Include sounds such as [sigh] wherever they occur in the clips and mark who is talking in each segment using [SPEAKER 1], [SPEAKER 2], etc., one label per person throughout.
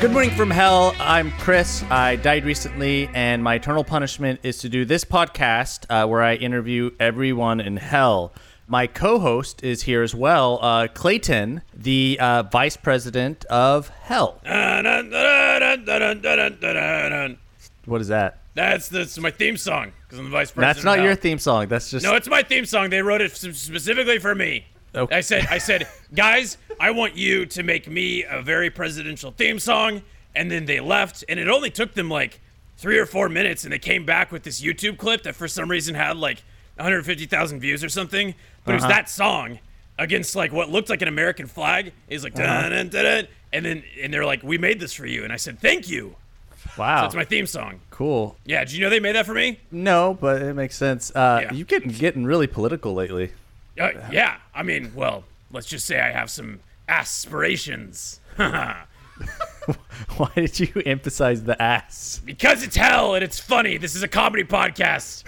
[SPEAKER 1] Good morning from hell. I'm Chris. I died recently, and my eternal punishment is to do this podcast uh, where I interview everyone in hell. My co host is here as well, uh, Clayton, the uh, vice president of hell.
[SPEAKER 2] That's
[SPEAKER 1] What is that?
[SPEAKER 2] that's my theme song because I'm the vice president.
[SPEAKER 1] That's not
[SPEAKER 2] now.
[SPEAKER 1] your theme song. That's just.
[SPEAKER 2] No, it's my theme song. They wrote it s- specifically for me.
[SPEAKER 1] Oh.
[SPEAKER 2] I said, I said, guys, I want you to make me a very presidential theme song. And then they left, and it only took them like three or four minutes, and they came back with this YouTube clip that for some reason had like 150,000 views or something. But it was that song against like what looked like an American flag. Is like dun, dun, dun, and then and they're like, we made this for you, and I said, thank you.
[SPEAKER 1] wow.
[SPEAKER 2] That's my theme song.
[SPEAKER 1] cool.
[SPEAKER 2] Yeah, did you know they made that for me?
[SPEAKER 1] No, but it makes sense. Uh,
[SPEAKER 2] Yeah.
[SPEAKER 1] You're getting, getting really political lately. [laughs]
[SPEAKER 2] Uh, yeah, I mean, well, let's just say I have some aspirations.
[SPEAKER 1] Why did you [laughs] emphasize the ass?
[SPEAKER 2] because it's hell and it's funny. This is a comedy podcast.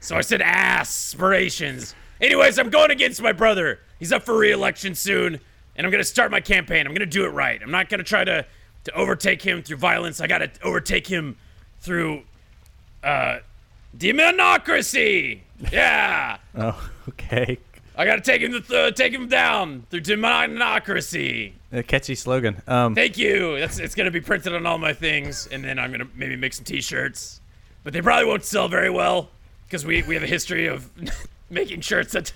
[SPEAKER 2] So I said aspirations. Anyways, I'm going against my brother. He's up for re-election soon, and I'm going to start my campaign. I'm going to do it right. I'm not going to try to to overtake him through violence. I got to overtake him through uh demonocracy. Yeah.
[SPEAKER 1] Oh, [laughs] okay.
[SPEAKER 2] I got to take him to th- take him down through demonocracy.
[SPEAKER 1] A catchy slogan. Um,
[SPEAKER 2] Thank you. That's it's gonna be printed on all my things, and then I'm gonna maybe make some T-shirts, but they probably won't sell very well because we we have a history of [laughs] making shirts that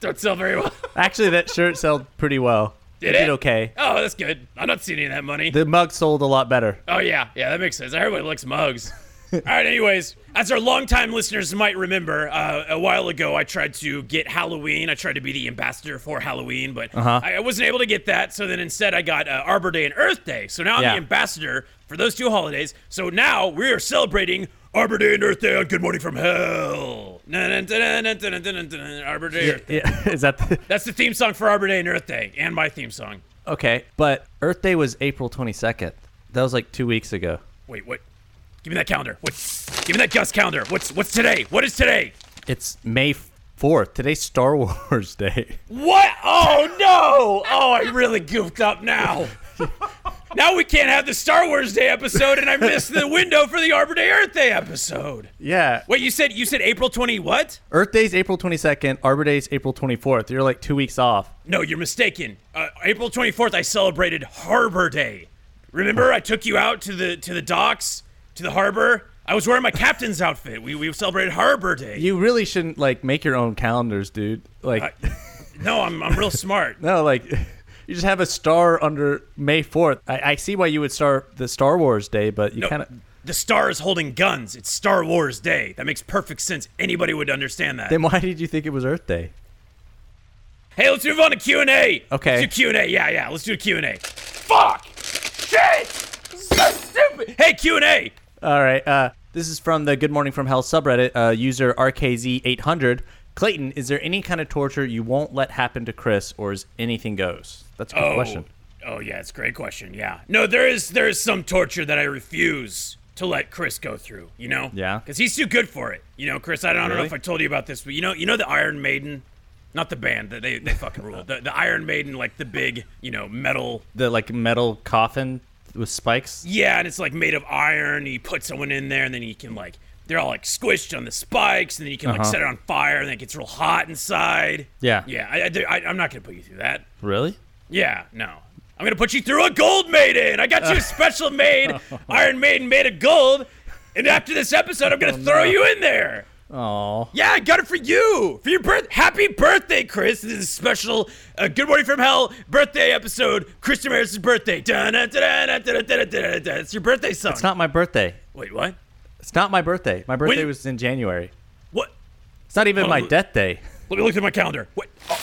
[SPEAKER 2] don't sell very well.
[SPEAKER 1] Actually, that shirt sold pretty well.
[SPEAKER 2] Did
[SPEAKER 1] did
[SPEAKER 2] it?
[SPEAKER 1] okay.
[SPEAKER 2] Oh, that's good. I'm not seeing any of that money.
[SPEAKER 1] The mug sold a lot
[SPEAKER 2] [laughs]
[SPEAKER 1] better.
[SPEAKER 2] oh yeah, yeah, that makes sense. Everybody likes mugs. [laughs] all right. Anyways, as our longtime listeners might remember, uh, a while ago I tried to get Halloween. I tried to be the ambassador for Halloween, but
[SPEAKER 1] Uh-huh.
[SPEAKER 2] I, I wasn't able to get that. So then instead I got uh, Arbor Day and Earth Day. So now I'm
[SPEAKER 1] Yeah.
[SPEAKER 2] the ambassador for those two holidays. So now we are celebrating Arbor Day and Earth Day on Good Morning from Hell. Na-na-na-na-na-na-na-na-na, Arbor Day. Earth Day.
[SPEAKER 1] Yeah, [laughs] is that the,
[SPEAKER 2] That's the theme song for Arbor Day and Earth Day, and my theme song.
[SPEAKER 1] okay? But Earth Day was April 22nd. That was like two weeks ago.
[SPEAKER 2] Wait, what? Give me that calendar. What? Give me that Gus calendar. What's what's today? What is today?
[SPEAKER 1] It's May 4th. Today's Star [laughs] Wars Day.
[SPEAKER 2] What? Oh no! Oh, I really goofed up now. now we can't have the Star Wars Day episode, and I missed the window for the Arbor Day Earth Day episode.
[SPEAKER 1] Yeah,
[SPEAKER 2] Wait, you said you said April twenty what?
[SPEAKER 1] Earth Day's April 22nd. Arbor Day's April 24th. You're like two weeks off.
[SPEAKER 2] No, you're mistaken. Uh, April 24th, I celebrated Harbor Day. Remember, I took you out to the to the docks, to the harbor. I was wearing my captain's outfit. We we celebrated Harbor Day.
[SPEAKER 1] You really shouldn't like make your own calendars, dude. Like,
[SPEAKER 2] no, I'm I'm real smart.
[SPEAKER 1] no, like. [laughs] You just have a star under May 4th. I, I see why you would start the Star Wars Day, but you
[SPEAKER 2] No,
[SPEAKER 1] kind of.
[SPEAKER 2] the star is holding guns. It's Star Wars Day. That makes perfect sense. Anybody would understand that.
[SPEAKER 1] Then why did you think it was Earth Day?
[SPEAKER 2] Hey, let's move on to Q and A.
[SPEAKER 1] Okay.
[SPEAKER 2] Let's do Q and A. Yeah, yeah. Let's do Q and A. Fuck. Shit. So stupid. Hey, Q and A.
[SPEAKER 1] All right. Uh, this is from the Good Morning from Hell subreddit, uh, user RKZ800. Clayton, is there any kind of torture you won't let happen to Chris, or is anything goes? That's a good question.
[SPEAKER 2] Oh yeah, it's a great question. Yeah. No, there is there is some torture that I refuse to let Chris go through. You know.
[SPEAKER 1] Yeah.
[SPEAKER 2] Because he's too good for it. You know, Chris. I don't, I don't know
[SPEAKER 1] Really?
[SPEAKER 2] if I told you about this, but you know, you know the Iron Maiden. Not the band, that they, they fucking rule. The, the Iron Maiden, like the big, you know, metal
[SPEAKER 1] The like metal coffin with spikes.
[SPEAKER 2] Yeah, and it's like made of iron. You put someone in there, and then you can like they're all like squished on the spikes, and then you can like set it on fire, and then it gets real hot inside.
[SPEAKER 1] Yeah.
[SPEAKER 2] Yeah, I, I, I, am not gonna put you through that.
[SPEAKER 1] Really?
[SPEAKER 2] Yeah, no. I'm gonna put you through a gold maiden. I got you a special made Iron Maiden made of gold, and after this episode, I'm gonna throw you in there.
[SPEAKER 1] Oh,
[SPEAKER 2] Yeah, I got it for you for your birth. Happy birthday, Chris! This is a special uh, Good Morning from Hell birthday episode. Chris Damaris' birthday. Da-na-da-da-da-da-da-da-da-da-da. It's your birthday song.
[SPEAKER 1] it's not my birthday.
[SPEAKER 2] Wait, what?
[SPEAKER 1] It's not my birthday. My birthday
[SPEAKER 2] When-
[SPEAKER 1] was in January.
[SPEAKER 2] What?
[SPEAKER 1] It's not even
[SPEAKER 2] Oh,
[SPEAKER 1] my
[SPEAKER 2] look.
[SPEAKER 1] death day.
[SPEAKER 2] Let me look at my calendar. What? Oh,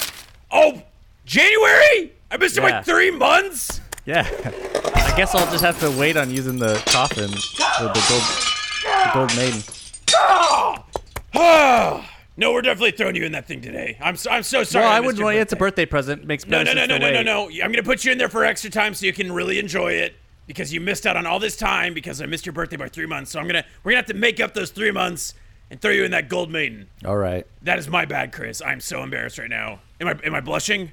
[SPEAKER 2] oh, January? I missed it
[SPEAKER 1] Yeah.
[SPEAKER 2] by three months.
[SPEAKER 1] Yeah. I guess I'll just have to wait on using the coffin with the gold, the gold maiden.
[SPEAKER 2] Ah, No, we're definitely throwing you in that thing today. I'm so, I'm so sorry.
[SPEAKER 1] Well, I
[SPEAKER 2] missed
[SPEAKER 1] wouldn't
[SPEAKER 2] your
[SPEAKER 1] want. It's a
[SPEAKER 2] birthday.
[SPEAKER 1] birthday present. Makes
[SPEAKER 2] No,
[SPEAKER 1] better
[SPEAKER 2] no, no,
[SPEAKER 1] sense
[SPEAKER 2] no,
[SPEAKER 1] to
[SPEAKER 2] no, no,
[SPEAKER 1] wait.
[SPEAKER 2] no. I'm gonna put you in there for extra time so you can really enjoy it because you missed out on all this time because I missed your birthday by three months. So I'm gonna we're gonna have to make up those three months and throw you in that gold maiden.
[SPEAKER 1] All right.
[SPEAKER 2] That is my bad, Chris. I'm so embarrassed right now. Am I am I blushing?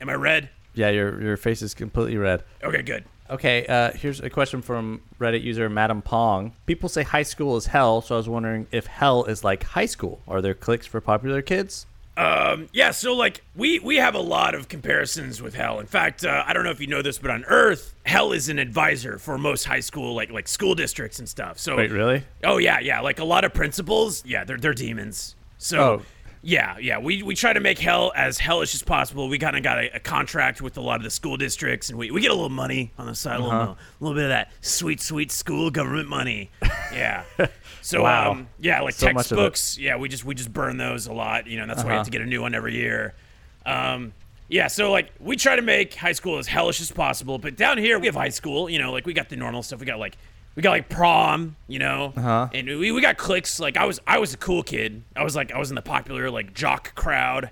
[SPEAKER 2] Am I red?
[SPEAKER 1] Yeah, your your face is completely red.
[SPEAKER 2] Okay, good.
[SPEAKER 1] Okay, uh, here's a question from Reddit user Madam Pong. People say high school is hell, so I was wondering if hell is like high school. Are there cliques for popular kids?
[SPEAKER 2] Um, yeah, so like we we have a lot of comparisons with hell. In fact, uh, I don't know if you know this, but on Earth, hell is an advisor for most high school like like school districts and stuff. So
[SPEAKER 1] Wait, really?
[SPEAKER 2] Oh yeah, yeah. Like a lot of principals, yeah, they're they're demons. So
[SPEAKER 1] Oh.
[SPEAKER 2] yeah, yeah. We we try to make hell as hellish as possible. We kind of got a, a contract with a lot of the school districts, and we, we get a little money on the side, a,
[SPEAKER 1] Uh-huh.
[SPEAKER 2] little, a little bit of that sweet sweet school government money.
[SPEAKER 1] [laughs]
[SPEAKER 2] Yeah. So
[SPEAKER 1] Wow.
[SPEAKER 2] um yeah, like
[SPEAKER 1] So much of it. Uh-huh.
[SPEAKER 2] textbooks. Yeah, we just we just burn those a lot. You know, and that's why you have to get a new one every year. Um, yeah, so like we try to make high school as hellish as possible, but down here we have high school. You know, like we got the normal stuff. We got like we got like prom. You know,
[SPEAKER 1] Uh-huh.
[SPEAKER 2] and we, we got cliques. Like I was I was a cool kid. I was like I was in the popular like jock crowd.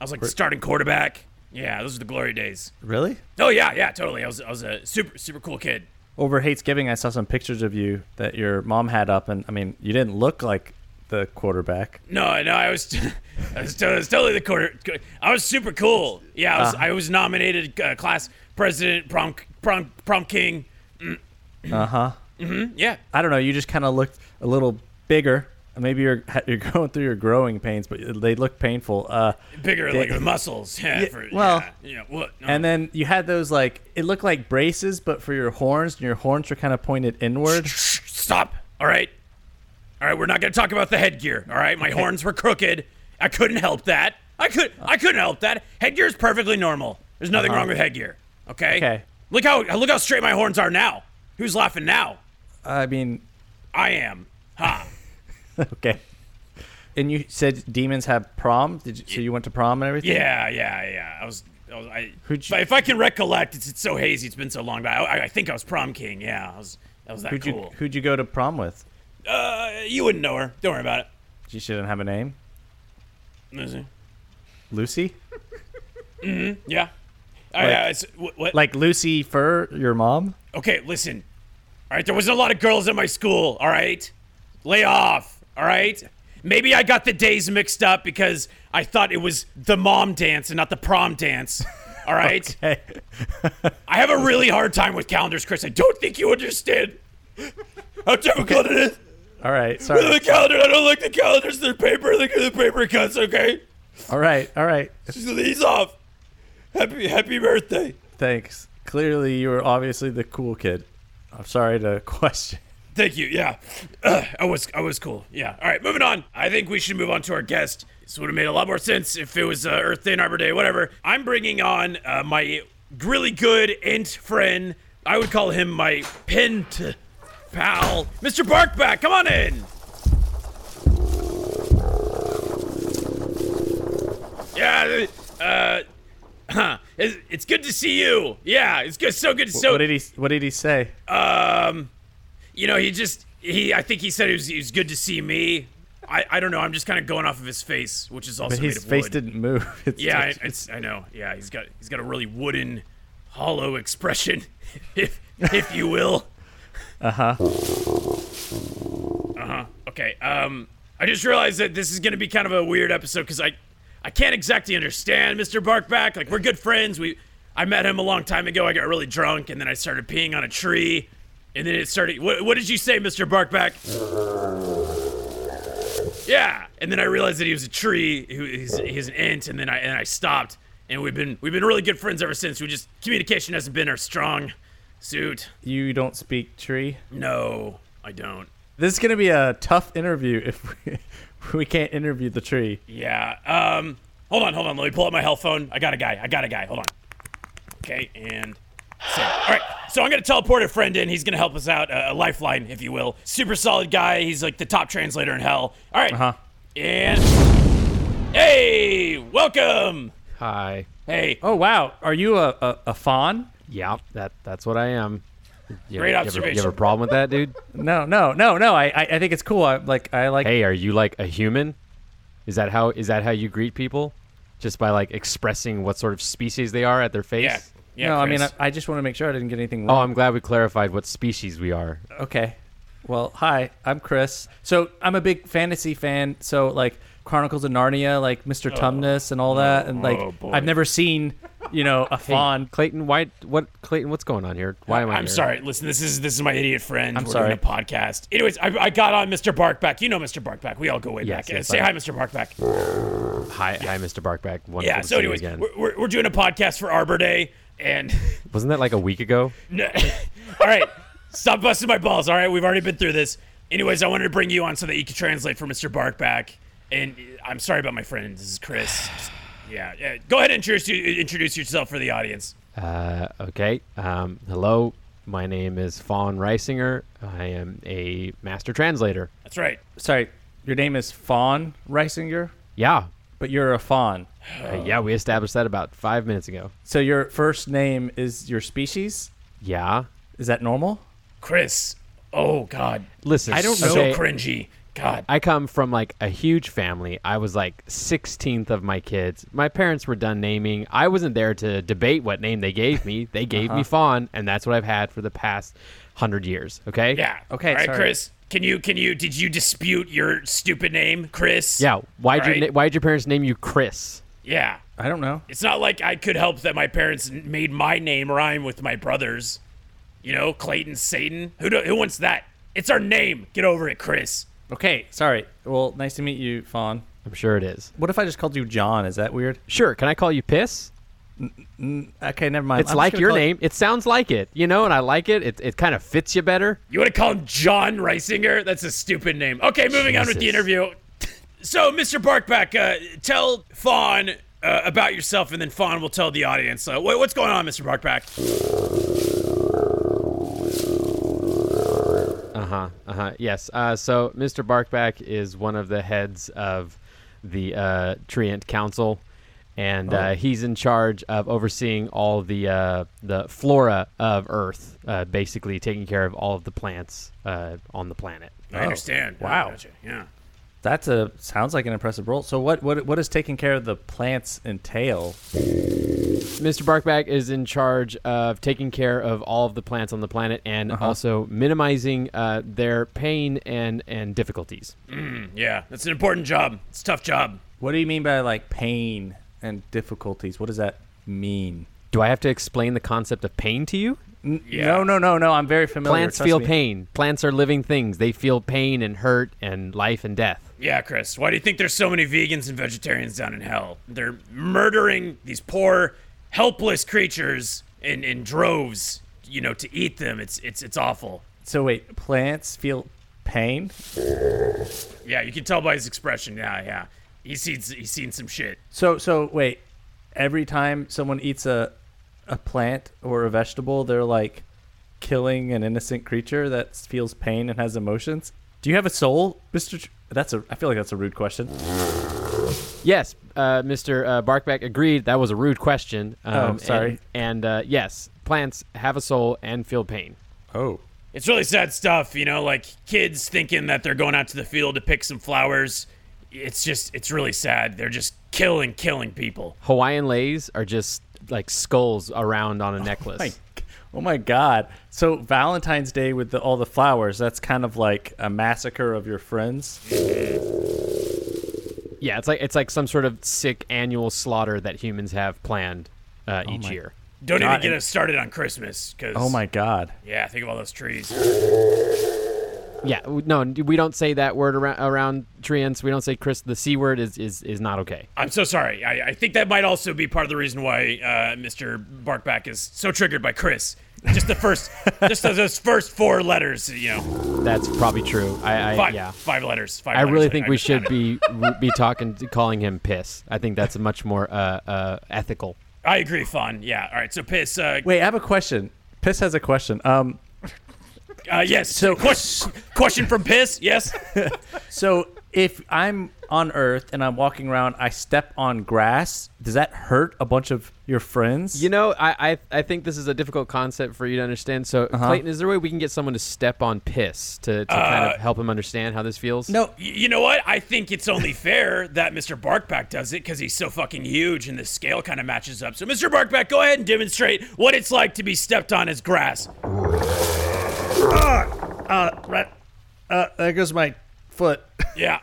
[SPEAKER 2] I was like the starting quarterback. Yeah, those are the glory days.
[SPEAKER 1] Really?
[SPEAKER 2] Oh yeah, yeah, totally. I was I was a super super cool kid.
[SPEAKER 1] Over Thanksgiving, I saw some pictures of you that your mom had up, and I mean, you didn't look like the quarterback.
[SPEAKER 2] No, no, I was, [laughs] I was, to- I was totally the quarter. I was super cool. Yeah, I
[SPEAKER 1] Uh-huh.
[SPEAKER 2] was, I was nominated uh, class president, prom, prom, prom king.
[SPEAKER 1] Uh huh.
[SPEAKER 2] Mm, Yeah,
[SPEAKER 1] I don't know. You just kind of looked a little bigger. Maybe you're you're [laughs] going through your growing pains, but they look painful. Uh,
[SPEAKER 2] bigger
[SPEAKER 1] They-
[SPEAKER 2] like with muscles. [laughs] Yeah, for,
[SPEAKER 1] well,
[SPEAKER 2] yeah, yeah, what? no.
[SPEAKER 1] and then you had those like it looked like braces, but for your horns, and your horns were kind of pointed inward.
[SPEAKER 2] Shh, stop. All right, all right. We're not gonna talk about the headgear. All right, my horns were crooked. I couldn't help that. I could,
[SPEAKER 1] Uh.
[SPEAKER 2] I couldn't help that. Headgear is perfectly normal. There's nothing wrong with headgear.
[SPEAKER 1] Uh-huh.
[SPEAKER 2] Okay.
[SPEAKER 1] Okay.
[SPEAKER 2] Look how look how straight my horns are now. Who's laughing now?
[SPEAKER 1] I mean,
[SPEAKER 2] I am. Ha.
[SPEAKER 1] okay. And you said demons have prom. Did you, so you went to prom and everything?
[SPEAKER 2] [laughs] Yeah, yeah, yeah. I was. I, was, I
[SPEAKER 1] Who'd
[SPEAKER 2] if,
[SPEAKER 1] you-
[SPEAKER 2] I, if I can recollect, it's, it's so hazy. It's been so long, but I, I think I was prom king. Yeah, I was. I was that
[SPEAKER 1] Who'd you
[SPEAKER 2] cool.
[SPEAKER 1] Who'd you go to prom with?
[SPEAKER 2] You, uh, you wouldn't know her. Don't worry about it.
[SPEAKER 1] She shouldn't have a name.
[SPEAKER 2] Let me
[SPEAKER 1] Lucy.
[SPEAKER 2] see. Yeah. I,
[SPEAKER 1] Like-
[SPEAKER 2] I- it's- what, what?
[SPEAKER 1] Like Lucy Fur, your mom.
[SPEAKER 2] okay, listen. All right, there wasn't a lot of girls at my school. All right, lay off. All right. Maybe I got the days mixed up because I thought it was the mom dance and not the prom dance.
[SPEAKER 1] [laughs]
[SPEAKER 2] All right.
[SPEAKER 1] Hey,
[SPEAKER 2] I have a really hard time with calendars, Chris. I don't think you understand how difficult it is.
[SPEAKER 1] all right.
[SPEAKER 2] with
[SPEAKER 1] Sorry.
[SPEAKER 2] The calendar. I don't like the calendars. They're paper. They the paper cuts. Okay,
[SPEAKER 1] All right. All right.
[SPEAKER 2] just these off. Happy Happy birthday.
[SPEAKER 1] Thanks. Clearly, you were obviously the cool kid. I'm sorry to [laughs] question.
[SPEAKER 2] Thank you. Yeah, Ugh, I was I was cool. Yeah. All right, moving on. I think we should move on to our guest. This would have made a lot more sense if it was uh, Earth Day and Arbor Day, whatever. I'm bringing on uh, my really good int friend. I would call him my pint pal, Mr. Barkback. Come on in. Yeah. Uh. [clears throat] Huh. It's, it's good to see you. Yeah. It's good. So good. So
[SPEAKER 1] what did he What did he say?
[SPEAKER 2] um, you know, he just he. I think he said it was, it was good to see me. I, I don't know. I'm just kind of going off of his face, which is also
[SPEAKER 1] But
[SPEAKER 2] made
[SPEAKER 1] his
[SPEAKER 2] of
[SPEAKER 1] face
[SPEAKER 2] wood.
[SPEAKER 1] didn't move. [laughs] It's
[SPEAKER 2] yeah, I,
[SPEAKER 1] just-
[SPEAKER 2] it's, I know. Yeah, he's got he's got a really wooden, hollow expression, [laughs] if if you will. Uh huh. Uh huh. Okay. Um, I just realized that this is gonna be kind of a weird episode because I I can't exactly understand Mr. Barkback. Like we're good friends. We I met him a long time ago. I got really drunk and then I started peeing on a tree, and then it started. What, what did you say, Mr. Barkback? Yeah, and then I realized that he was a tree. He, he's, he's an ant, and then I and I stopped. And we've been we've been really good friends ever since. We just communication hasn't been our strong suit.
[SPEAKER 1] you don't speak tree.
[SPEAKER 2] No, I don't.
[SPEAKER 1] This is gonna be a tough interview if we, [laughs] we can't interview the tree.
[SPEAKER 2] Yeah. Um. Hold on, hold on. Let me pull up my health phone. I got a guy. I got a guy. Hold on. Okay, and. save. All right, so I'm gonna teleport a friend in. He's gonna help us out, uh, a lifeline, if you will. Super solid guy. He's like the top translator in hell. All right.
[SPEAKER 1] Uh-huh.
[SPEAKER 2] And hey, welcome.
[SPEAKER 3] Hi.
[SPEAKER 2] Hey.
[SPEAKER 1] Oh wow, are you a a, a fawn?
[SPEAKER 3] Yeah, that that's what I am. You
[SPEAKER 2] Great
[SPEAKER 3] ever, you ever- You
[SPEAKER 2] observation.
[SPEAKER 3] have a problem with that, dude?
[SPEAKER 1] No, no, no, no. I I, I think it's cool. I like I like.
[SPEAKER 3] hey, are you like a human? Is that how is that how you greet people? Just by like expressing what sort of species they are at their face?
[SPEAKER 2] Yeah. Yeah.
[SPEAKER 1] no, I mean
[SPEAKER 2] Chris.
[SPEAKER 1] I, I just want to make sure I didn't get anything
[SPEAKER 3] Oh,
[SPEAKER 1] wrong.
[SPEAKER 3] I'm glad we clarified what species we are.
[SPEAKER 1] Okay. Well, hi, I'm Chris. So I'm a big fantasy fan. Oh. So like Chronicles of Narnia, like Mr. Tumnus and all that, and like
[SPEAKER 2] oh, boy.
[SPEAKER 1] I've never seen you know, a fawn.
[SPEAKER 3] Clayton, why? What? Clayton, what's going on here? Why am I?
[SPEAKER 2] I'm
[SPEAKER 3] here?
[SPEAKER 2] sorry. Listen, this is this is my idiot friend.
[SPEAKER 1] I'm
[SPEAKER 2] We're
[SPEAKER 1] sorry.
[SPEAKER 2] doing a podcast. Anyways, I, I got on Mr. Barkback. You know Mr. Barkback. We all go way
[SPEAKER 3] Yes,
[SPEAKER 2] back.
[SPEAKER 3] yes,
[SPEAKER 2] Uh, Say
[SPEAKER 3] I-
[SPEAKER 2] hi, Mr. Barkback.
[SPEAKER 3] Hi, hi, Mr. Barkback. Wonderful
[SPEAKER 2] Yeah.
[SPEAKER 3] to
[SPEAKER 2] So,
[SPEAKER 3] see you
[SPEAKER 2] anyways,
[SPEAKER 3] again.
[SPEAKER 2] we're, we're, we're doing a podcast for Arbor Day, and [laughs]
[SPEAKER 3] wasn't that like a week ago?
[SPEAKER 2] No- [laughs] all right, stop busting my balls. All right, we've already been through this. Anyways, I wanted to bring you on so that you could translate for Mr. Barkback. And uh, I'm sorry about my friend. This is Chris. [sighs] Just- yeah, yeah. Go ahead and introduce you- introduce yourself for the audience.
[SPEAKER 3] Uh, okay. Um, hello, my name is Fawn Reisinger. I am a master translator.
[SPEAKER 2] That's right.
[SPEAKER 1] Sorry, your name is Fawn Reisinger,
[SPEAKER 3] Yeah,
[SPEAKER 1] but you're a fawn.
[SPEAKER 3] Uh, yeah, we established that about five minutes ago.
[SPEAKER 1] So your first name is your species?
[SPEAKER 3] Yeah.
[SPEAKER 1] Is that normal?
[SPEAKER 2] Chris. Oh God.
[SPEAKER 3] Listen,
[SPEAKER 1] I don't
[SPEAKER 2] So
[SPEAKER 1] know. Okay.
[SPEAKER 2] cringy. God.
[SPEAKER 3] I come from like a huge family. I was like 16th of my kids. My parents were done naming. I wasn't there to debate what name they gave me. They gave me Fawn, and that's what I've had for the past hundred years. Okay.
[SPEAKER 2] Yeah.
[SPEAKER 1] Okay,
[SPEAKER 2] All right,
[SPEAKER 1] sorry.
[SPEAKER 2] Chris. Can you can you did you dispute your stupid name, Chris?
[SPEAKER 3] Yeah. Why'd
[SPEAKER 2] All
[SPEAKER 3] your
[SPEAKER 2] right.
[SPEAKER 3] na- Why'd your parents name you Chris?
[SPEAKER 2] Yeah.
[SPEAKER 1] I don't know.
[SPEAKER 2] It's not like I could help that my parents n- made my name rhyme with my brother's. You know, Clayton Satan. Who do, who wants that? It's our name. Get over it, Chris.
[SPEAKER 1] Okay, sorry. Well, nice to meet you, Fawn.
[SPEAKER 3] I'm sure it is.
[SPEAKER 1] What if I just called you John? Is that weird?
[SPEAKER 3] Sure. Can I call you Piss?
[SPEAKER 1] Okay, never mind.
[SPEAKER 3] It's
[SPEAKER 1] I'm just
[SPEAKER 3] like
[SPEAKER 1] gonna
[SPEAKER 3] your
[SPEAKER 1] call-
[SPEAKER 3] name. It sounds like it. You know, and I like it. It it kind of fits you better.
[SPEAKER 2] You want to call him John Reisinger? That's a stupid name. Okay, moving on with the
[SPEAKER 3] Jesus.
[SPEAKER 2] interview. So, Mr. Barkback, uh, tell Fawn uh, about yourself, and then Fawn will tell the audience. Uh, wh- what's going on, Mr. Barkback?
[SPEAKER 3] Uh huh. Uh huh. Yes. Uh, so Mr. Barkback is one of the heads of the uh, Treant Council, and uh, he's in charge of overseeing all the uh, the flora of Earth, uh, basically taking care of all of the plants uh, on the planet.
[SPEAKER 2] I understand.
[SPEAKER 1] Oh, wow.
[SPEAKER 2] Gotcha. Yeah.
[SPEAKER 1] That's a sounds like an impressive role. So what what what does taking care of the plants entail?
[SPEAKER 3] Mr. Barkback is in charge of taking care of all of the plants on the planet and also minimizing uh, their pain and and difficulties.
[SPEAKER 2] Mm, Yeah, that's an important job. It's a tough job.
[SPEAKER 1] What do you mean by like pain and difficulties? What does that mean?
[SPEAKER 3] Do I have to explain the concept of pain to you?
[SPEAKER 2] Yeah.
[SPEAKER 1] No, no, no, no. I'm very familiar.
[SPEAKER 3] Plants
[SPEAKER 1] trust
[SPEAKER 3] feel
[SPEAKER 1] me.
[SPEAKER 3] pain. Plants are living things. They feel pain and hurt and life and death.
[SPEAKER 2] Yeah, Chris. Why do you think there's so many vegans and vegetarians down in hell? They're murdering these poor, helpless creatures in, in droves, you know, to eat them. It's it's it's awful.
[SPEAKER 1] So wait, plants feel pain.
[SPEAKER 2] Yeah, you can tell by his expression. Yeah, yeah. He's seen he's seen some shit.
[SPEAKER 1] So so wait, every time someone eats a a plant or a vegetable, they're like killing an innocent creature that feels pain and has emotions. Do you have a soul, Mister? Tr- that's a. I feel like that's a rude question.
[SPEAKER 3] Yes, uh, Mr. Uh, Barkback agreed. That was a rude question. Um, and-
[SPEAKER 1] Oh, sorry.
[SPEAKER 3] And, uh, yes, plants have a soul and feel pain.
[SPEAKER 1] Oh,
[SPEAKER 2] It's really sad stuff, you know, like kids thinking that they're going out to the field to pick some flowers. It's just it's really sad. They're just killing killing people.
[SPEAKER 3] Hawaiian leis are just like skulls around on a necklace.
[SPEAKER 1] my, oh my God! So Valentine's Day with the, all the flowers. That's kind of like a massacre of your friends.
[SPEAKER 3] Yeah, it's like it's like some sort of sick annual slaughter that humans have planned uh, each
[SPEAKER 1] Oh my-
[SPEAKER 3] year.
[SPEAKER 2] Don't
[SPEAKER 1] God,
[SPEAKER 2] even get
[SPEAKER 1] and-
[SPEAKER 2] us started on Christmas cuz
[SPEAKER 1] Oh my God!
[SPEAKER 2] Yeah, think of all those trees.
[SPEAKER 3] Yeah, w- no, we don't say that word around around treants. We don't say Chris. The c word is is, is not okay.
[SPEAKER 2] I'm so sorry. I, I think that might also be part of the reason why uh, Mr. Barkback is so triggered by Chris. Just the first, [laughs] just those- those first four letters, you know,
[SPEAKER 3] That's probably true. I, I
[SPEAKER 2] five,
[SPEAKER 3] yeah.
[SPEAKER 2] five letters. Five
[SPEAKER 3] I
[SPEAKER 2] letters.
[SPEAKER 3] really think we
[SPEAKER 2] understand.
[SPEAKER 3] should be be talking, [laughs] calling him piss. I think that's much more uh, uh, ethical.
[SPEAKER 2] I agree, Fawn. Yeah. All right. So piss. Uh,
[SPEAKER 1] Wait, I have a question. Piss has a question. Um,
[SPEAKER 2] uh, yes.
[SPEAKER 1] so-
[SPEAKER 2] question, question from piss. Yes.
[SPEAKER 1] so if I'm on Earth and I'm walking around, I step on grass. Does that hurt a bunch of your friends?
[SPEAKER 3] You know, I, I I think this is a difficult concept for you to understand. So, Clayton, is there a way we can get someone to step on piss to, to kind of help him understand how this feels?
[SPEAKER 1] no,
[SPEAKER 2] Y- You know what? I think it's only fair that Mr. Barkback does it because he's so fucking huge and the scale kind of matches up. So, Mr. Barkback, go ahead and demonstrate what it's like to be stepped on as grass.
[SPEAKER 1] right. Uh, there goes my foot.
[SPEAKER 2] Yeah.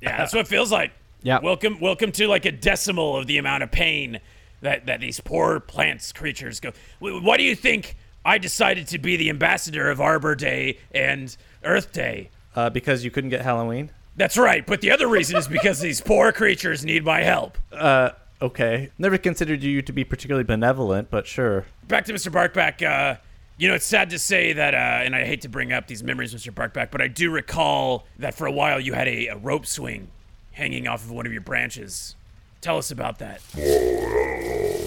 [SPEAKER 2] Yeah, that's what it feels like.
[SPEAKER 3] Yeah.
[SPEAKER 2] Welcome welcome to like a decimal of the amount of pain that that these poor plants creatures go. Wh- Why do you think I decided to be the ambassador of Arbor Day and Earth Day?
[SPEAKER 1] Uh, because you couldn't get Halloween.
[SPEAKER 2] That's right, but the other reason is because these poor creatures need my help.
[SPEAKER 1] Okay. Never considered you to be particularly benevolent, but sure.
[SPEAKER 2] back to Mr. Barkback. Uh, you know, it's sad to say that, uh, and I hate to bring up these memories, Mr. Barkback, but I do recall that for a while you had a, a rope swing hanging off of one of your branches. Tell us about that.
[SPEAKER 3] it,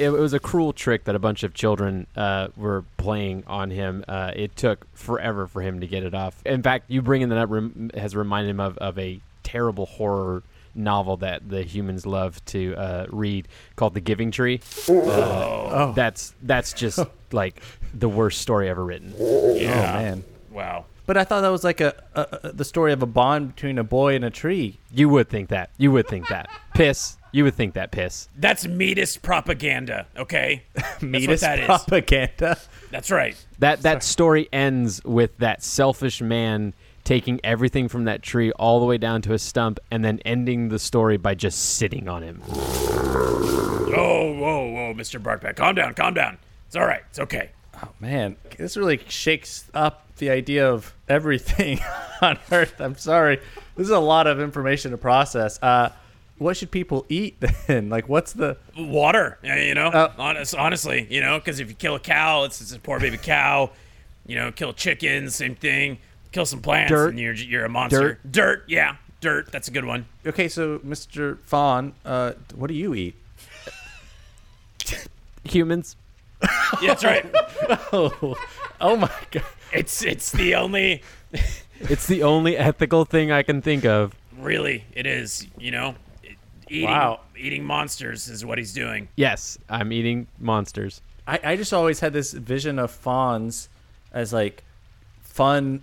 [SPEAKER 3] it was a cruel trick that a bunch of children uh, were playing on him. Uh, it took forever for him to get it off. In fact, you bringing that up rem- has reminded him of, of a terrible horror novel that the humans love to uh, read called The Giving Tree. Uh, That's that's just like the worst story ever written.
[SPEAKER 2] Yeah.
[SPEAKER 1] Oh, Man.
[SPEAKER 2] Wow.
[SPEAKER 1] But I thought that was like a, a, a the story of a bond between a boy and a tree.
[SPEAKER 3] You would think that. You would think that. Piss. You would think that. Piss.
[SPEAKER 2] That's meatist propaganda, okay? That's what
[SPEAKER 1] Elitist
[SPEAKER 2] that is.
[SPEAKER 1] propaganda.
[SPEAKER 2] That's right.
[SPEAKER 3] That that story ends with that selfish man taking everything from that tree all the way down to a stump and then ending the story by just sitting on him.
[SPEAKER 2] Oh, whoa, whoa, Mr. Barkback. Calm down, calm down. It's all right. It's okay.
[SPEAKER 1] Man, this really shakes up the idea of everything [laughs] on Earth. I'm sorry. This is a lot of information to process. Uh, what should people eat [laughs] then? Like, what's the.
[SPEAKER 2] water. eh, You know, honest, honestly, you know, because if you kill a cow, it's, it's a poor baby cow. You know, kill chickens, same thing. Kill some plants,
[SPEAKER 3] Dirt.
[SPEAKER 2] and you're you're a monster. Dirt. yeah, dirt. That's a good one.
[SPEAKER 1] Okay, so, Mr. Fawn, uh, what do you eat?
[SPEAKER 3] Humans.
[SPEAKER 2] Yeah, that's right.
[SPEAKER 1] Oh, oh my [laughs] God.
[SPEAKER 2] it's it's the only
[SPEAKER 3] It's the only ethical thing I can think of.
[SPEAKER 2] really it is. You know, It- eating
[SPEAKER 1] Wow.
[SPEAKER 2] eating monsters is what he's doing.
[SPEAKER 3] Yes, I'm eating monsters.
[SPEAKER 1] I, I just always had this vision of fawns as like fun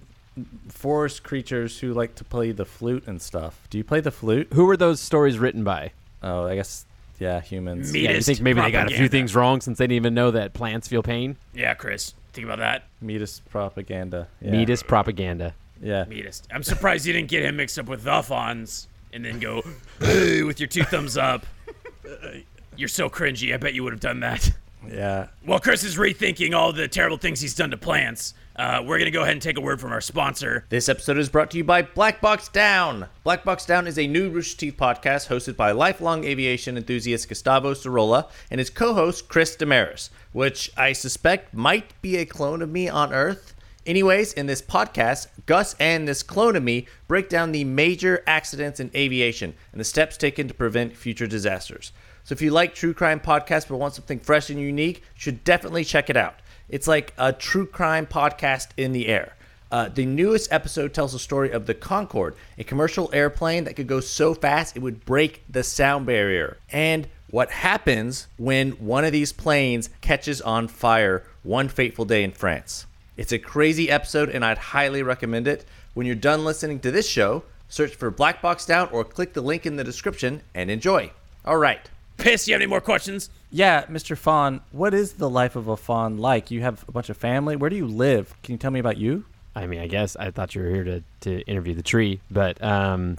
[SPEAKER 1] forest creatures who like to play the flute and stuff. Do you play the flute?
[SPEAKER 3] Who were those stories written by?
[SPEAKER 1] Oh, I guess yeah, humans.
[SPEAKER 2] Meat
[SPEAKER 3] Yeah, you
[SPEAKER 2] is
[SPEAKER 3] think maybe they got a few
[SPEAKER 2] propaganda.
[SPEAKER 3] things wrong since they didn't even know that plants feel pain?
[SPEAKER 2] Yeah, Chris, think about that.
[SPEAKER 1] Meatist propaganda. Yeah.
[SPEAKER 3] Meat is propaganda.
[SPEAKER 1] Yeah.
[SPEAKER 2] Meatist. I'm surprised you didn't get him mixed up with the Fawns and then go "Hey," with your two thumbs up. You're so cringy. I bet you would have done that.
[SPEAKER 1] Yeah.
[SPEAKER 2] Well, Chris is rethinking all the terrible things he's done to plants. Uh, we're gonna go ahead and take a word from our sponsor.
[SPEAKER 1] This episode is brought to you by Black Box Down. Black Box Down is a new Rooster Teeth podcast hosted by lifelong aviation enthusiast Gustavo Sorolla and his co host Chris Damaris, which I suspect might be a clone of me on Earth. Anyways, in this podcast, Gus and this clone of me break down the major accidents in aviation and the steps taken to prevent future disasters. So if you like true crime podcasts but want something fresh and unique, you should definitely check it out. It's like a true crime podcast in the air. Uh, the newest episode tells the story of the Concorde, a commercial airplane that could go so fast it would break the sound barrier. And what happens when one of these planes catches on fire one fateful day in France. It's a crazy episode, and I'd highly recommend it. When you're done listening to this show, search for Black Box Down or click the link in the description and enjoy. All right.
[SPEAKER 2] Piss, you have any more questions?
[SPEAKER 1] Yeah, Mr. Fawn, what is the life of a fawn like? You have a bunch of family. Where do you live? Can you tell me about you?
[SPEAKER 3] I mean, I guess I thought you were here to, to interview the tree, but um,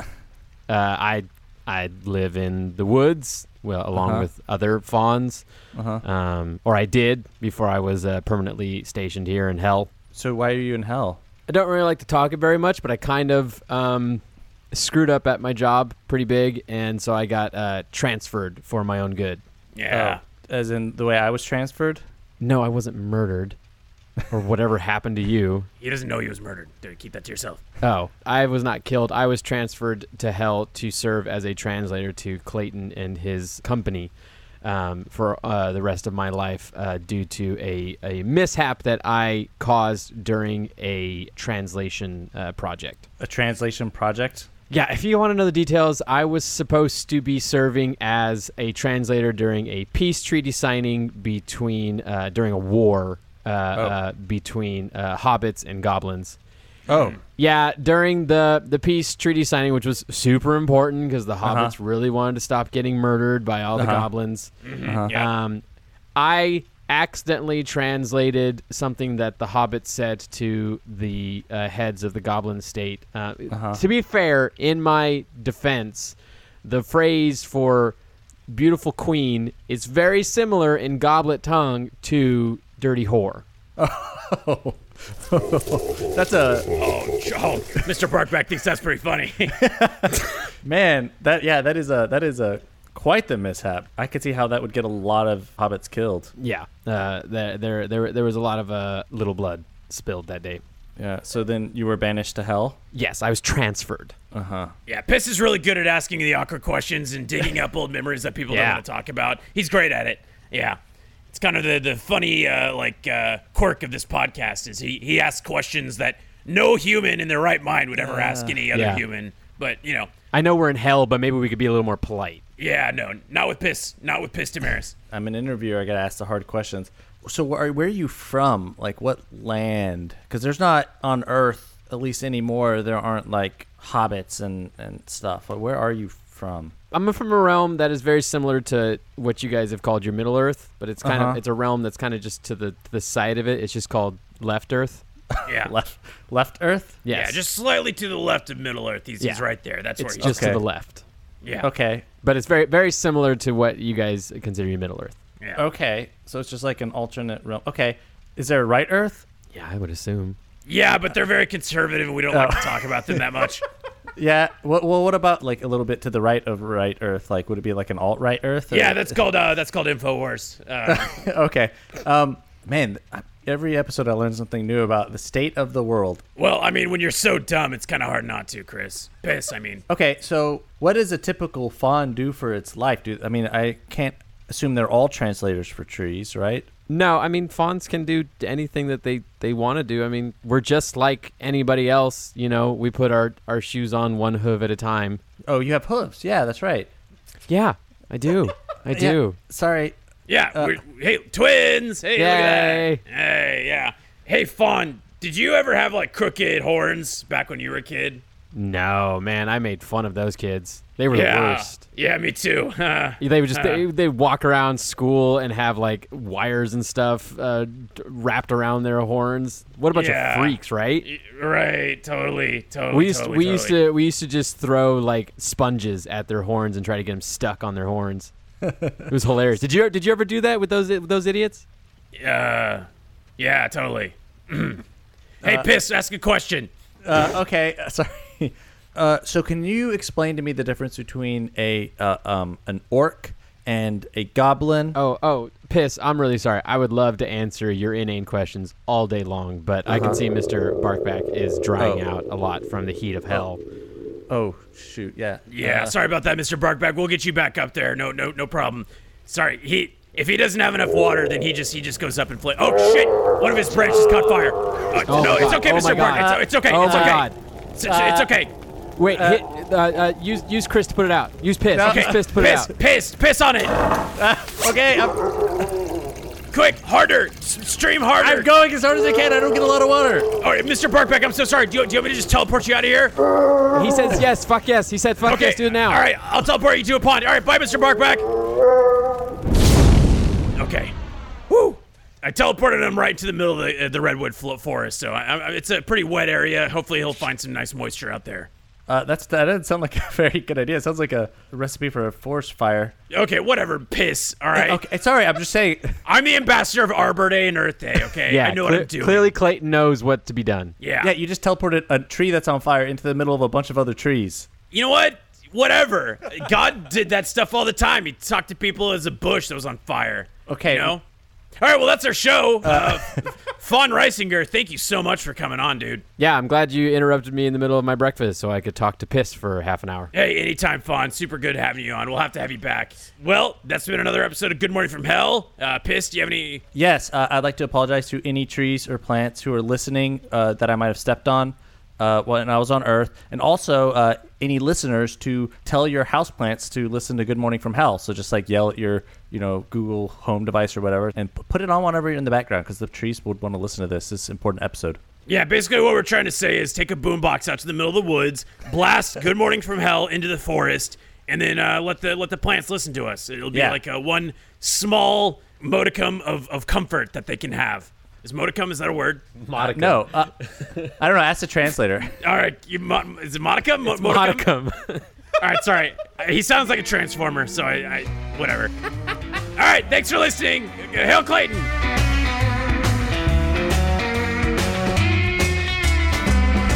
[SPEAKER 3] uh, I I live in the woods, well, along with other fawns, um, or I did before I was uh, permanently stationed here in hell.
[SPEAKER 1] So why are you in hell?
[SPEAKER 3] I don't really like to talk it very much, but I kind of um, screwed up at my job pretty big, and so I got uh, transferred for my own good.
[SPEAKER 2] Yeah.
[SPEAKER 1] Oh, as in the way I was transferred?
[SPEAKER 3] No, I wasn't murdered, or whatever happened to you.
[SPEAKER 2] He doesn't know he was murdered. Dude, keep that to yourself.
[SPEAKER 3] Oh, I was not killed. I was transferred to hell to serve as a translator to Clayton and his company um, for uh, the rest of my life uh, due to a, a mishap that I caused during a translation uh, project.
[SPEAKER 1] A translation project?
[SPEAKER 3] Yeah, if you want to know the details, I was supposed to be serving as a translator during a peace treaty signing between uh, during a war uh, uh, between uh, hobbits and goblins.
[SPEAKER 1] Oh.
[SPEAKER 3] Yeah, during the the peace treaty signing, which was super important because the hobbits really wanted to stop getting murdered by all the goblins.
[SPEAKER 2] Yeah.
[SPEAKER 3] Um, I accidentally translated something that the hobbits said to the uh, heads of the goblin state. Uh, To be fair, in my defense, the phrase for beautiful queen is very similar in goblet tongue to dirty whore.
[SPEAKER 1] That's a
[SPEAKER 2] Oh, j- oh, Mr. Barkback thinks that's pretty funny. [laughs]
[SPEAKER 1] man. That yeah. That is a that is a quite the mishap. I could see how that would get a lot of hobbits killed.
[SPEAKER 3] Yeah, uh, there, there, there, there was a lot of uh, little blood spilled that day.
[SPEAKER 1] Yeah. So then you were banished to hell.
[SPEAKER 3] Yes, I was transferred.
[SPEAKER 2] yeah, Piss is really good at asking the awkward questions and digging up old memories that people
[SPEAKER 3] Yeah.
[SPEAKER 2] don't want to talk about. He's great at it. Yeah. It's kind of the, the funny uh, like uh, quirk of this podcast is he, he asks questions that no human in their right mind would ever ask any other
[SPEAKER 3] Uh, Yeah.
[SPEAKER 2] human. But, you know,
[SPEAKER 3] I know we're in hell, but maybe we could be a little more polite.
[SPEAKER 2] yeah, no, not with Piss. Not with Piss
[SPEAKER 3] [laughs]
[SPEAKER 2] Damaris.
[SPEAKER 1] I'm an interviewer. I got to ask the hard questions. So where are, where are you from? Like what land? Because there's not on Earth, at least anymore. There aren't like hobbits and and stuff. Like, where are you from?
[SPEAKER 3] I'm from a realm that is very similar to what you guys have called your Middle Earth, but it's kind of
[SPEAKER 1] Uh-huh.
[SPEAKER 3] it's a realm that's kind of just to the to the side of it. It's just called Left Earth.
[SPEAKER 2] Yeah.
[SPEAKER 1] Left left Earth.
[SPEAKER 3] Yes.
[SPEAKER 2] Yeah, just slightly to the left of Middle Earth. He's, he's
[SPEAKER 3] Yeah.
[SPEAKER 2] right there. That's
[SPEAKER 3] it's
[SPEAKER 2] where he's
[SPEAKER 3] just
[SPEAKER 1] Okay.
[SPEAKER 3] to the left,
[SPEAKER 2] Yeah.
[SPEAKER 1] Okay.
[SPEAKER 3] but it's very very similar to what you guys consider your Middle Earth.
[SPEAKER 2] yeah.
[SPEAKER 1] Okay. So it's just like an alternate realm. Okay. Is there a right Earth?
[SPEAKER 3] Yeah, I would assume.
[SPEAKER 2] Yeah, but they're very conservative, and we don't like to talk about them
[SPEAKER 3] [laughs]
[SPEAKER 2] that much.
[SPEAKER 1] Yeah. What, well, what about like a little bit to the right of right Earth? Like, would it be like an alt right Earth? or-
[SPEAKER 2] yeah, that's called uh, that's called Infowars.
[SPEAKER 3] [laughs]
[SPEAKER 2] Uh,
[SPEAKER 1] [laughs] okay. Um, man, every episode I learn something new about the state of the world.
[SPEAKER 2] well, I mean, when you're so dumb, it's kind of hard not to, Chris. Piss, I mean.
[SPEAKER 1] Okay, so what does a typical fawn do for its life? Do I mean I can't assume they're all translators for trees, right?
[SPEAKER 3] No, I mean fawns can do anything that they they want to do. I mean, we're just like anybody else. You know, we put our our shoes on one hoof at a time.
[SPEAKER 1] Oh, you have hooves. Yeah, that's right.
[SPEAKER 3] Yeah, I
[SPEAKER 2] [laughs]
[SPEAKER 3] do. I
[SPEAKER 1] Yeah,
[SPEAKER 3] do.
[SPEAKER 1] sorry.
[SPEAKER 2] Yeah. we're, hey, twins. Hey, look
[SPEAKER 3] Uh, Yay.
[SPEAKER 2] at that. Hey, yeah. Hey, Fawn, did you ever have like crooked horns back when you were a kid?
[SPEAKER 3] No, man, I made fun of those kids. They were the
[SPEAKER 2] Yeah.
[SPEAKER 3] worst.
[SPEAKER 2] Yeah, me too. [laughs] Uh,
[SPEAKER 3] They would
[SPEAKER 2] [laughs]
[SPEAKER 3] just they, they walk around school and have like wires and stuff uh, d- wrapped around their horns. What a bunch
[SPEAKER 2] Yeah.
[SPEAKER 3] of freaks, right?
[SPEAKER 2] right. Totally. Totally.
[SPEAKER 3] we used
[SPEAKER 2] totally,
[SPEAKER 3] we used
[SPEAKER 2] totally.
[SPEAKER 3] to we used to just throw like sponges at their horns and try to get them stuck on their horns. it was hilarious. Did you did you ever do that with those with those idiots?
[SPEAKER 2] Uh, yeah, totally. [clears throat] hey,
[SPEAKER 3] Uh,
[SPEAKER 2] Piss, ask a question.
[SPEAKER 1] Uh, okay, [laughs] uh, sorry. Uh, so can you explain to me the difference between a uh, um, an orc and a goblin?
[SPEAKER 3] Oh oh piss! I'm really sorry. I would love to answer your inane questions all day long, but I can see Mr. Barkback is drying
[SPEAKER 1] Oh.
[SPEAKER 3] out a lot from the heat of hell.
[SPEAKER 1] Oh, shoot, yeah.
[SPEAKER 3] uh-huh.
[SPEAKER 2] Yeah, sorry about that, Mr. Barkback. We'll get you back up there. No, no, no problem. Sorry. He if he doesn't have enough water, then he just he just goes up and flames. Oh shit! One of his branches caught fire. Uh,
[SPEAKER 3] Oh
[SPEAKER 2] no,
[SPEAKER 3] my
[SPEAKER 2] it's
[SPEAKER 3] God.
[SPEAKER 2] okay,
[SPEAKER 3] Oh
[SPEAKER 2] Mr.
[SPEAKER 3] my God.
[SPEAKER 2] Barkback. It's, it's okay.
[SPEAKER 3] Oh
[SPEAKER 2] it's
[SPEAKER 3] my
[SPEAKER 2] okay.
[SPEAKER 3] God. Uh,
[SPEAKER 2] It's, it's- it's okay.
[SPEAKER 3] Wait, hit, uh, uh, use use Chris to put it out. Use piss.
[SPEAKER 2] Okay.
[SPEAKER 3] Use piss to put
[SPEAKER 2] piss,
[SPEAKER 3] it out.
[SPEAKER 2] piss, piss on it.
[SPEAKER 1] Uh, Okay, I'm,
[SPEAKER 2] Quick, harder. S- stream harder.
[SPEAKER 1] I'm going as hard as I can. I don't get a lot of water.
[SPEAKER 2] All right, Mr. Barkback, I'm so sorry. Do you, do you want me to just teleport you out of here?
[SPEAKER 3] He says yes. Fuck yes. He said fuck yes. Do it now.
[SPEAKER 2] All right, I'll teleport you to a pond. All right, bye, Mr. Barkback. Okay. Woo! I teleported him right to the middle of the, uh, the redwood flo- forest, so I, I, it's a pretty wet area. Hopefully, he'll find some nice moisture out there.
[SPEAKER 1] Uh, that's that doesn't sound like [laughs] a very good idea. It sounds like a recipe for a forest fire.
[SPEAKER 2] Okay, whatever. Piss. All right.
[SPEAKER 1] Okay, sorry. I'm just saying.
[SPEAKER 2] I'm the ambassador of Arbor Day and Earth Day. Okay.
[SPEAKER 3] Yeah.
[SPEAKER 2] I know what
[SPEAKER 3] cle-
[SPEAKER 2] I'm doing.
[SPEAKER 3] Clearly, Clayton knows what to be done.
[SPEAKER 2] Yeah.
[SPEAKER 1] Yeah, you just teleported a tree that's on fire into the middle of a bunch of other trees.
[SPEAKER 2] You know what? Whatever. God did that stuff all the time. He talked to people as a bush that was on fire.
[SPEAKER 1] Okay.
[SPEAKER 2] You know? All right, well, that's our show. Uh, [laughs] Fawn Reisinger, thank you so much for coming on, dude.
[SPEAKER 3] Yeah, I'm glad you interrupted me in the middle of my breakfast so I could talk to piss for half an hour.
[SPEAKER 2] Hey, anytime, Fawn. Super good having you on. We'll have to have you back. Well, that's been another episode of Good Morning from Hell. Uh, Piss, do you have any?
[SPEAKER 1] Yes, uh, I'd like to apologize to any trees or plants who are listening uh, that I might have stepped on uh, when I was on Earth, and also uh, any listeners to tell your houseplants to listen to Good Morning from Hell. So just like yell at your, you know, Google Home device or whatever, and p- put it on whenever you're in the background because the trees would want to listen to this. This is an important episode.
[SPEAKER 2] Yeah, basically what we're trying to say is take a boombox out to the middle of the woods,
[SPEAKER 1] [laughs]
[SPEAKER 2] blast Good Morning from Hell into the forest, and then uh, let the let the plants listen to us. It'll be
[SPEAKER 1] Yeah.
[SPEAKER 2] like a one small modicum of, of comfort that they can have. Is modicum is that a word?
[SPEAKER 3] Modicum.
[SPEAKER 1] No, [laughs] uh, I don't know. Ask the translator.
[SPEAKER 2] All right, you, mo- is it modicum? Mo- modicum.
[SPEAKER 3] Modicum.
[SPEAKER 2] [laughs] All right, sorry. He sounds like a transformer, so I, I [laughs] whatever. All right, thanks for listening. Hail Clayton.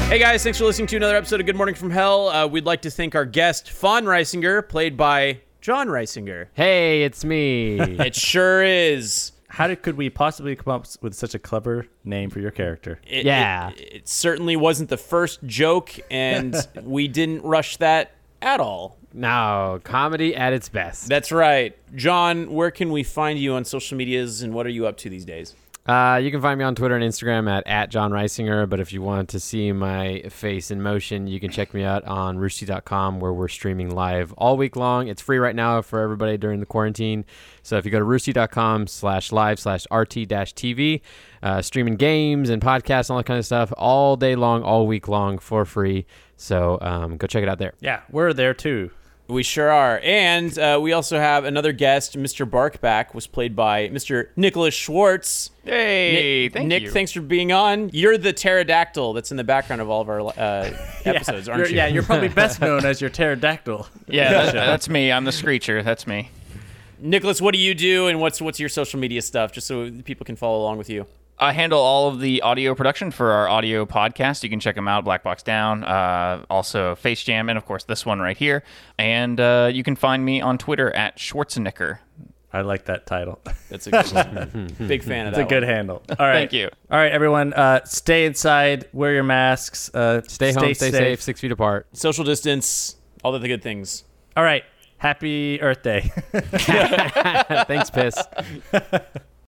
[SPEAKER 2] Hey guys, thanks for listening to another episode of Good Morning from Hell. Uh, we'd like to thank our guest, Fawn Reisinger, played by John [laughs] Reisinger.
[SPEAKER 3] Hey, it's me.
[SPEAKER 2] It sure is.
[SPEAKER 1] How did, could we possibly come up with such a clever name for your character?
[SPEAKER 2] It,
[SPEAKER 3] Yeah.
[SPEAKER 2] It, it certainly wasn't the first joke, [laughs] and we didn't rush that at all.
[SPEAKER 3] no, comedy at its best.
[SPEAKER 2] That's right. John, where can we find you on social medias, and what are you up to these days?
[SPEAKER 3] Uh, you can find me on Twitter and Instagram at, at John Reisinger. But if you want to see my face in motion, you can check me out on roosty.com where we're streaming live all week long. It's free right now for everybody during the quarantine. So if you go to roosty.com slash live slash RT dash TV, uh, streaming games and podcasts and all that kind of stuff all day long, all week long for free. So um, go check it out there.
[SPEAKER 1] Yeah, we're there too.
[SPEAKER 2] We sure are. And uh, we also have another guest, Mr. Barkback, was played by Mr. Nicholas Schwartz.
[SPEAKER 4] Hey,
[SPEAKER 2] Nick,
[SPEAKER 4] thank
[SPEAKER 2] Nick,
[SPEAKER 4] you.
[SPEAKER 2] thanks for being on. You're the pterodactyl that's in the background of all of our [laughs] uh, episodes, aren't
[SPEAKER 1] You're-
[SPEAKER 2] you?
[SPEAKER 1] Yeah, you're probably best known as your pterodactyl.
[SPEAKER 4] yeah, that- that's me. I'm the screecher. That's me.
[SPEAKER 2] Nicholas, what do you do, and what's what's your social media stuff, just so people can follow along with you?
[SPEAKER 4] I handle all of the audio production for our audio podcast. You can check them out, Black Box Down, uh, also Face Jam, and of course this one right here. And uh, you can find me on Twitter at Schwarzenegger.
[SPEAKER 1] I like that title.
[SPEAKER 2] That's a good one. [laughs] big fan of
[SPEAKER 1] It's a [laughs]
[SPEAKER 2] that.
[SPEAKER 1] good
[SPEAKER 2] one.
[SPEAKER 1] handle. All right.
[SPEAKER 4] Thank you.
[SPEAKER 1] All right, everyone. Uh, stay inside. Wear your masks. Uh,
[SPEAKER 3] Stay home, stay safe, six feet apart. [laughs]
[SPEAKER 2] Social distance, all of the good things.
[SPEAKER 1] [laughs] All right. Happy Earth Day.
[SPEAKER 3] Thanks, piss.